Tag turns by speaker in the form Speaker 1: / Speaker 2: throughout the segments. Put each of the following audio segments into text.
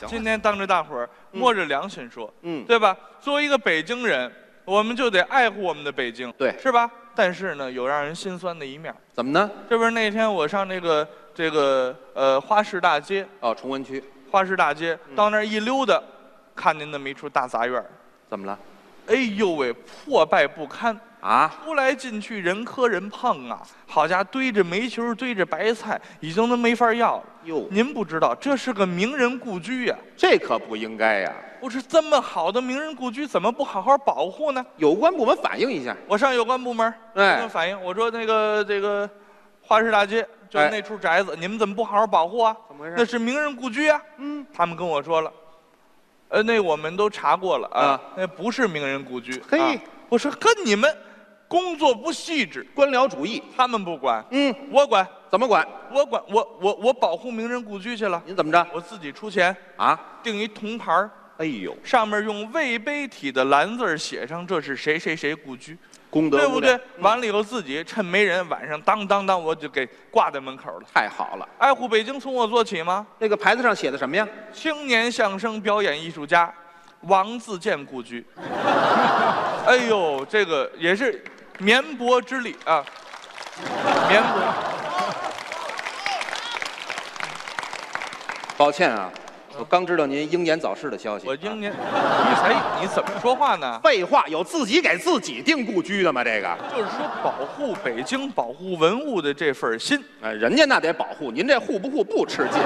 Speaker 1: 讲话
Speaker 2: 今天当着大伙儿摸着良心说，
Speaker 1: 嗯
Speaker 2: 对吧？作为一个北京人，我们就得爱护我们的北京，
Speaker 1: 对
Speaker 2: 是吧？但是呢，有让人心酸的一面儿。
Speaker 1: 怎么呢？
Speaker 2: 这不是那天我上这个这个呃花市大街，
Speaker 1: 哦，崇文区
Speaker 2: 花市大街
Speaker 1: 嗯
Speaker 2: 到那儿一溜达，看见那么一处大杂院儿，
Speaker 1: 怎么了？
Speaker 2: 哎呦喂，破败不堪。
Speaker 1: 啊，
Speaker 2: 出来进去人磕人碰啊，好家伙，堆着煤球，堆着白菜，已经都没法要了。
Speaker 1: 哟，
Speaker 2: 您不知道，这是个名人故居呀、
Speaker 1: 这可不应该呀、
Speaker 2: 我是这么好的名人故居，怎么不好好保护呢？
Speaker 1: 有关部门反映一下。
Speaker 2: 我上有关部门儿跟
Speaker 1: 哎
Speaker 2: 他们反映，我说那个这个花市大街就
Speaker 1: 哎
Speaker 2: 那处宅子，你们怎么不好好保护啊？
Speaker 1: 怎么回事
Speaker 2: 那是名人故居啊。
Speaker 1: 嗯，
Speaker 2: 他们跟我说了，呃，那我们都查过了啊
Speaker 1: 啊，
Speaker 2: 那不是名人故居。
Speaker 1: 嘿
Speaker 2: 啊我说跟你们工作不细致，
Speaker 1: 官僚主义。
Speaker 2: 他们不管，
Speaker 1: 嗯，
Speaker 2: 我管，
Speaker 1: 怎么管？
Speaker 2: 我管，我我我保护名人故居去了，
Speaker 1: 您怎么着？
Speaker 2: 我自己出钱
Speaker 1: 啊？
Speaker 2: 订一铜牌儿
Speaker 1: 哎呦，
Speaker 2: 上面用魏碑体的蓝字儿写上这是谁谁谁故居，
Speaker 1: 功德
Speaker 2: 对
Speaker 1: 无
Speaker 2: 不
Speaker 1: 量
Speaker 2: 对？完了以后自己趁没人，晚上当当当我就给挂在门口了。
Speaker 1: 太好了。
Speaker 2: 爱护北京从我做起吗？
Speaker 1: 那个牌子上写的什么呀？
Speaker 2: 青年相声表演艺术家王自健故居。 哎呦，这个也是绵薄之力啊，绵薄。
Speaker 1: 抱歉啊，我刚知道您英年早逝的消息。
Speaker 2: 我
Speaker 1: 啊
Speaker 2: 今年你才你怎么说话呢？
Speaker 1: 废话，有自己给自己定故居的吗？这个，
Speaker 2: 就是说保护北京、保护文物的这份心。
Speaker 1: 哎，人家那得保护，您这护不护不吃劲。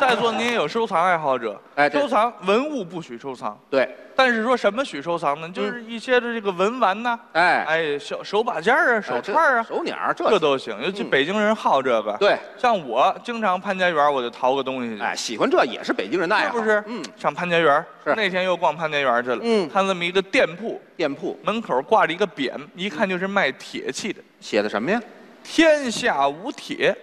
Speaker 2: 在座您也有收藏爱好者，
Speaker 1: 哎对
Speaker 2: 收藏文物不许收藏，
Speaker 1: 对，
Speaker 2: 但是说什么许收藏呢？就是一些的这个文玩呐、
Speaker 1: 嗯哎，
Speaker 2: 哎，手手把件儿啊，手串儿啊，
Speaker 1: 手鸟儿这嗯
Speaker 2: 这都行。尤其北京人好这个。
Speaker 1: 对，
Speaker 2: 像我经常潘家园，我就淘个东西去。
Speaker 1: 哎，喜欢这也是北京人的爱
Speaker 2: 是
Speaker 1: 好，
Speaker 2: 不是？
Speaker 1: 嗯，
Speaker 2: 上潘家园，
Speaker 1: 是
Speaker 2: 那天又逛潘家园去了。
Speaker 1: 嗯
Speaker 2: 看这么一个店铺，
Speaker 1: 店铺
Speaker 2: 门口挂着一个匾，一看就是卖铁器的。
Speaker 1: 写的什么呀？
Speaker 2: 天下无铁，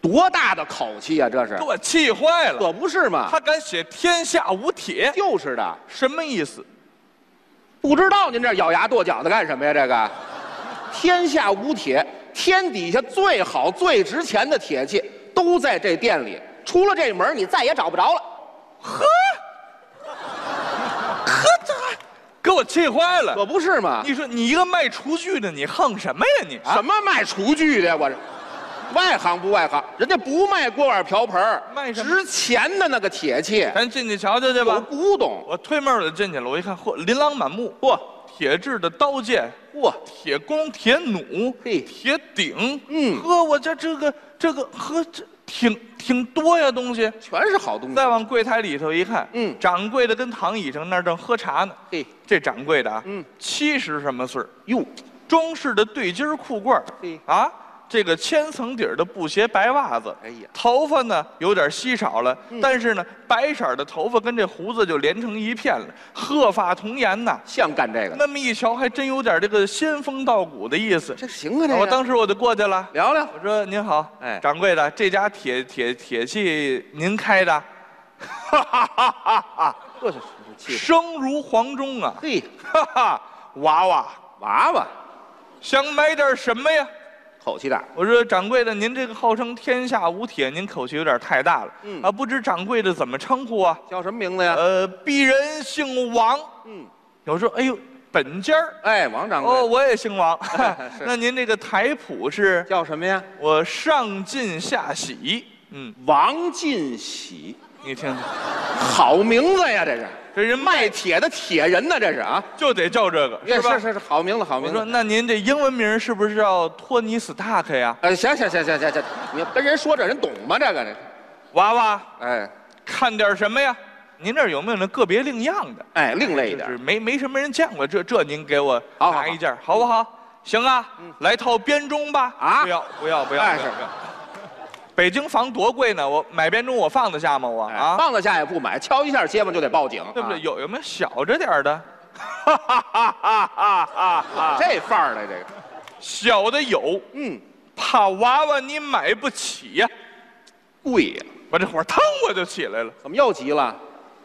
Speaker 1: 多大的口气呀、这是
Speaker 2: 给，我气坏了。
Speaker 1: 可不是嘛？
Speaker 2: 他敢写天下无铁，
Speaker 1: 就是的，
Speaker 2: 什么意思？
Speaker 1: 不知道您这咬牙跺脚的干什么呀？这个，天下无铁，天底下最好最值钱的铁器都在这店里，出了这门儿你再也找不着了，
Speaker 2: 给我气坏了！
Speaker 1: 可不是嘛？
Speaker 2: 你说你一个卖厨具的，你横什么呀你啊？
Speaker 1: 什么卖厨具的呀？我这外行不外行，人家不卖锅碗瓢盆儿
Speaker 2: 卖什么
Speaker 1: 值钱的那个铁器，
Speaker 2: 咱进去瞧瞧去
Speaker 1: 有
Speaker 2: 吧。
Speaker 1: 古董。
Speaker 2: 我推门我就进去了，我一看，嚯，琳琅满目，
Speaker 1: 嚯
Speaker 2: 铁制的刀剑、
Speaker 1: 嚯，
Speaker 2: 铁弓、铁弩、
Speaker 1: 嘿
Speaker 2: 铁鼎，
Speaker 1: 嗯
Speaker 2: 呵，我这这个这个呵，这挺挺多呀东西。
Speaker 1: 全是好东西。
Speaker 2: 再往柜台里头一看，
Speaker 1: 嗯
Speaker 2: 掌柜的跟躺椅上那儿正喝茶呢。
Speaker 1: 嘿，
Speaker 2: 这掌柜的啊，
Speaker 1: 嗯，
Speaker 2: 七十什么岁儿
Speaker 1: 哟，
Speaker 2: 中式的对襟儿裤褂儿
Speaker 1: 嘿
Speaker 2: 啊，这个千层底儿的布鞋、白袜子。
Speaker 1: 哎呀，嗯
Speaker 2: 头发呢有点稀少了，但是呢，白色儿的头发跟这胡子就连成一片了，鹤发童颜呐。
Speaker 1: 像干这个的，
Speaker 2: 那么一瞧，还真有点这个仙风道骨的意思。
Speaker 1: 这行啊，这个
Speaker 2: 我当时我就过去了，
Speaker 1: 聊聊
Speaker 2: 我说：“您好，
Speaker 1: 哎
Speaker 2: 掌柜的，这家铁铁铁器您开的，
Speaker 1: 这是气势。
Speaker 2: 声如黄钟啊，
Speaker 1: 嘿，
Speaker 2: 哈哈，娃娃
Speaker 1: 娃娃
Speaker 2: 想买点什么呀？”
Speaker 1: 口气大，
Speaker 2: 我说掌柜的，您这个号称天下无铁，您口气有点太大了。
Speaker 1: 嗯
Speaker 2: 啊，不知掌柜的怎么称呼啊？
Speaker 1: 叫什么名字呀？
Speaker 2: 呃，鄙人姓王。
Speaker 1: 嗯，
Speaker 2: 有时候，哎呦，本家儿。
Speaker 1: 哎，王掌
Speaker 2: 哦，
Speaker 1: 柜
Speaker 2: 我也姓王
Speaker 1: 哎 是。
Speaker 2: 那您这个台谱是？
Speaker 1: 叫什么呀？
Speaker 2: 我上进下喜。嗯，
Speaker 1: 王进喜，
Speaker 2: 你听听，
Speaker 1: 好名字呀，这是
Speaker 2: 这人卖
Speaker 1: 卖铁的铁人呢，这是啊。
Speaker 2: 就得叫这个，
Speaker 1: 是
Speaker 2: 吧？
Speaker 1: 是是是，好名字，好
Speaker 2: 我
Speaker 1: 名
Speaker 2: 说，
Speaker 1: 字。
Speaker 2: 那您这英文名是不是叫托尼·斯塔克呀？
Speaker 1: 呃，行行行行行行，你跟人说这人懂吗？这个这，
Speaker 2: 娃娃，
Speaker 1: 哎
Speaker 2: 看点什么呀？您这儿有没有那个别另样的？
Speaker 1: 哎，另类一
Speaker 2: 就是
Speaker 1: 点，
Speaker 2: 没没什么人见过，这这您给我
Speaker 1: 好好嗯
Speaker 2: 拿一件儿，好不好？行啊，来套编钟吧。
Speaker 1: 啊
Speaker 2: 不要不要不要！
Speaker 1: 哎
Speaker 2: 不要
Speaker 1: 是
Speaker 2: 不要北京房多贵呢，我买编钟我放得下吗？我
Speaker 1: 哎
Speaker 2: 啊，
Speaker 1: 放得下也不买，敲一下街坊就得报警，
Speaker 2: 对不对？
Speaker 1: 啊？
Speaker 2: 有有没有小着点儿 的？
Speaker 1: 啊这范儿的这个，
Speaker 2: 小的有，
Speaker 1: 嗯，
Speaker 2: 怕娃娃你买不起呀、
Speaker 1: 贵呀，
Speaker 2: 我这火腾我就起来了。
Speaker 1: 怎么又急了？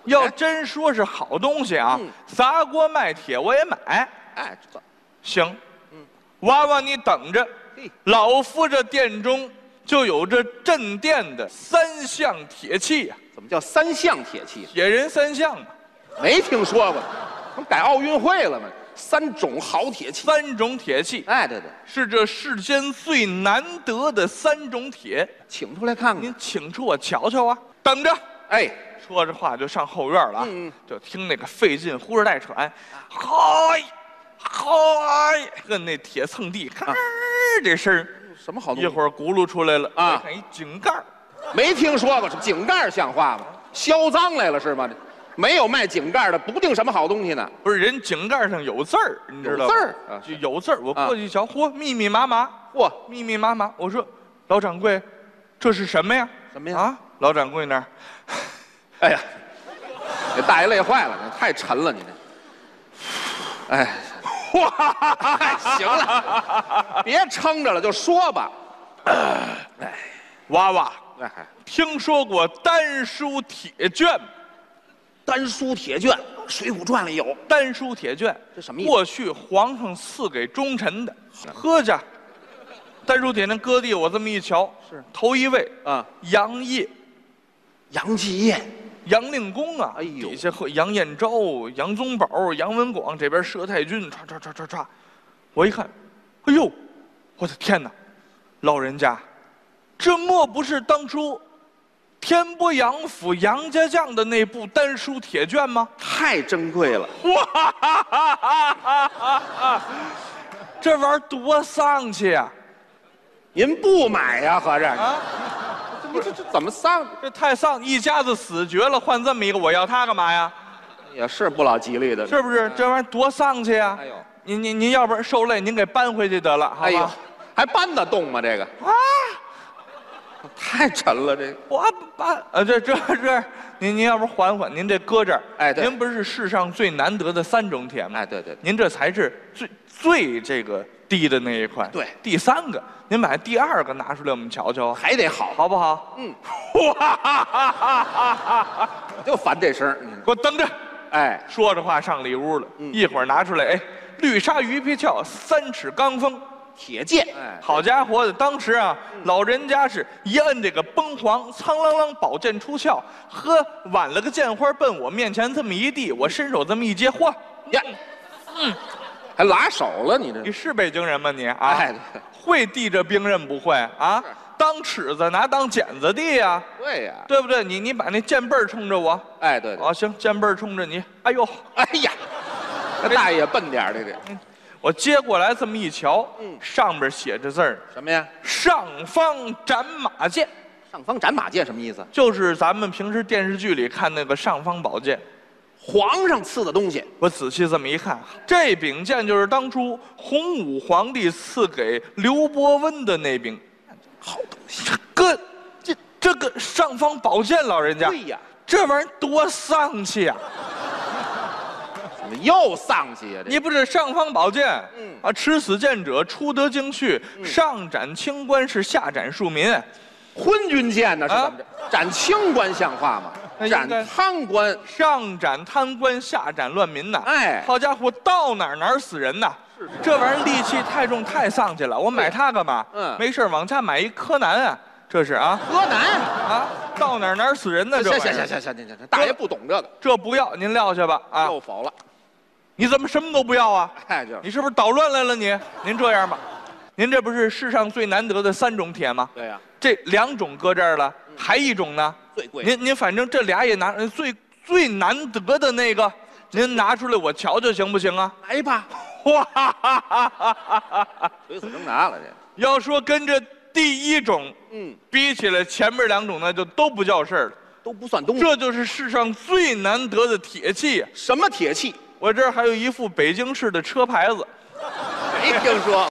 Speaker 2: 要真说是好东西啊
Speaker 1: 嗯，
Speaker 2: 砸锅卖铁我也买。
Speaker 1: 哎，这
Speaker 2: 行，娃娃你等着
Speaker 1: 嘿，
Speaker 2: 老夫这殿中就有这镇店的三项铁器呀、
Speaker 1: 怎么叫三项铁器？
Speaker 2: 铁人三项嘛，
Speaker 1: 没听说过，怎么改奥运会了吗？三种好铁器。
Speaker 2: 三种铁器
Speaker 1: 哎，对对，
Speaker 2: 是这世间最难得的三种铁。
Speaker 1: 请出来看看
Speaker 2: 您。请出我瞧瞧啊！等着，
Speaker 1: 哎，
Speaker 2: 说着话就上后院了啊，
Speaker 1: 嗯嗯
Speaker 2: 就听那个费劲呼哧带喘，嗨，嗨，跟那铁蹭地，
Speaker 1: 啊
Speaker 2: 咔、这声儿，
Speaker 1: 什么好东
Speaker 2: 一
Speaker 1: 西？
Speaker 2: 会儿轱辘出来了
Speaker 1: 哦啊
Speaker 2: 再看一井盖儿，
Speaker 1: 没听说过，井盖儿像话吗？销赃来了是吗？没有卖井盖儿的，不定什么好东西呢。
Speaker 2: 不是人井盖上有字儿，你知道吗？
Speaker 1: 有字儿啊
Speaker 2: 就有字儿。我
Speaker 1: 啊
Speaker 2: 过去一瞧，嚯，密密麻麻，
Speaker 1: 嚯，
Speaker 2: 密密麻麻。我说，老掌柜，这是什么呀？
Speaker 1: 什么呀
Speaker 2: 啊，老掌柜那儿，
Speaker 1: 哎呀，给大爷累坏了，太沉了，你这。哎，哇，行了，别撑着了，就说吧。
Speaker 2: 娃娃，
Speaker 1: 哎，
Speaker 2: 听说过丹书铁卷吗？
Speaker 1: 丹书铁卷，《水浒传》里有。
Speaker 2: 丹书铁卷，
Speaker 1: 这什么意思
Speaker 2: 过去皇上赐给忠臣的，喝去。丹书铁那搁地，我这么一瞧，
Speaker 1: 是
Speaker 2: 头一位
Speaker 1: 啊，
Speaker 2: 杨业，
Speaker 1: 杨继业，
Speaker 2: 杨令公啊，
Speaker 1: 哎呦
Speaker 2: 底下和杨彦昭、杨宗保、杨文广这边佘太君，唰唰唰唰唰，我一看，哎呦，我的天哪，老人家，这莫不是当初天波杨府杨家将的那部丹书铁卷吗？
Speaker 1: 太珍贵了。
Speaker 2: 这玩意儿多丧气啊！
Speaker 1: 您不买呀、合着
Speaker 2: 啊，
Speaker 1: 这这这怎么丧？
Speaker 2: 这太丧，一家子死绝了，换这么一个，我要它干嘛呀？
Speaker 1: 也是不老吉利的。
Speaker 2: 是不是？这玩意儿多丧气啊！
Speaker 1: 哎呦
Speaker 2: 您您您要不然受累，您给搬回去得了，好吧？
Speaker 1: 哎呦，还搬得动吗？这个
Speaker 2: 啊！
Speaker 1: 太沉了，这个
Speaker 2: 我把呃，这这这，您您要不缓缓，您这搁这儿，
Speaker 1: 哎对
Speaker 2: 您不是世上最难得的三种铁吗？
Speaker 1: 哎，对对对，
Speaker 2: 您这才是最最这个低的那一块，
Speaker 1: 对
Speaker 2: 第三个，您把第二个拿出来，我们瞧瞧，
Speaker 1: 还得好，
Speaker 2: 好不好？
Speaker 1: 嗯，
Speaker 2: 哇，
Speaker 1: 就烦这声儿。嗯
Speaker 2: 给我等着！
Speaker 1: 哎，
Speaker 2: 说着话上里屋了，
Speaker 1: 嗯
Speaker 2: 一会儿拿出来，哎，绿鲨鱼皮鞘，三尺钢锋，
Speaker 1: 铁剑，嗯哎，
Speaker 2: 好家伙的，当时啊，老人家是一摁这个崩簧，苍啷啷宝剑出鞘，呵，挽了个剑花奔我面前这么一递，我伸手这么一接，嚯，
Speaker 1: 呀，还拉手了，你
Speaker 2: 嗯你
Speaker 1: 这，
Speaker 2: 是北京人吗你啊？
Speaker 1: 哎，
Speaker 2: 会递这兵刃不会啊
Speaker 1: 是？
Speaker 2: 当尺子拿当剪子递呀、
Speaker 1: 对呀，
Speaker 2: 对不对？你你把那剑背儿冲着我，
Speaker 1: 哎，对对，
Speaker 2: 啊行，剑背儿冲着你，哎呦，
Speaker 1: 哎呀，这大爷笨点儿，这个
Speaker 2: 我接过来这么一瞧，
Speaker 1: 嗯
Speaker 2: 上边写着字儿，
Speaker 1: 什么呀？
Speaker 2: 上方斩马剑。
Speaker 1: 上方斩马剑什么意思？
Speaker 2: 就是咱们平时电视剧里看那个尚方宝剑。
Speaker 1: 皇上赐的东西，
Speaker 2: 我仔细这么一看，这柄剑就是当初洪武皇帝赐给刘伯温的那柄。
Speaker 1: 好东西。
Speaker 2: 哥，这这个尚方宝剑，老人家，
Speaker 1: 对呀，
Speaker 2: 这玩意儿多丧气啊！
Speaker 1: 怎么又丧气呀？这
Speaker 2: 你不是尚方宝剑，
Speaker 1: 嗯
Speaker 2: 啊，持此剑者，出得京绪，上斩清官是下斩庶民。
Speaker 1: 昏君剑呢？是
Speaker 2: 啊
Speaker 1: 怎么着？斩清官像话吗？
Speaker 2: 那应
Speaker 1: 斩
Speaker 2: 该
Speaker 1: 贪官，
Speaker 2: 上斩贪官，下斩乱民呐！
Speaker 1: 哎
Speaker 2: 好家伙，到哪儿哪儿死人呐！这玩意儿戾气太重，太丧气了。我买它干嘛？
Speaker 1: 嗯
Speaker 2: 没事儿往家买一柯南啊，这是啊
Speaker 1: 柯南。
Speaker 2: 啊，到哪儿哪儿死人呢？这
Speaker 1: 行
Speaker 2: 玩意
Speaker 1: 行
Speaker 2: 儿
Speaker 1: 行行行行行，大爷不懂这个，
Speaker 2: 这不要您撂下吧啊！
Speaker 1: 又否了。
Speaker 2: 你怎么什么都不要啊？
Speaker 1: 哎，就是
Speaker 2: 你是不是捣乱来了你？您这样吧，您这不是世上最难得的三种铁吗？
Speaker 1: 对呀，
Speaker 2: 这两种搁这儿了，
Speaker 1: 嗯
Speaker 2: 还一种呢？
Speaker 1: 最贵的。
Speaker 2: 您您反正这俩也拿，呃最最难得的那个，您拿出来我瞧瞧行不行啊？
Speaker 1: 来 吧，
Speaker 2: 哇！
Speaker 1: 垂死挣扎了这。
Speaker 2: 要说跟这第一种
Speaker 1: 嗯，
Speaker 2: 比起来，前面两种那就都不叫事儿了。
Speaker 1: 都不算东西。
Speaker 2: 这就是世上最难得的铁器呀。
Speaker 1: 什么铁器？
Speaker 2: 我这儿还有一副北京市的车牌子。
Speaker 1: 没听说。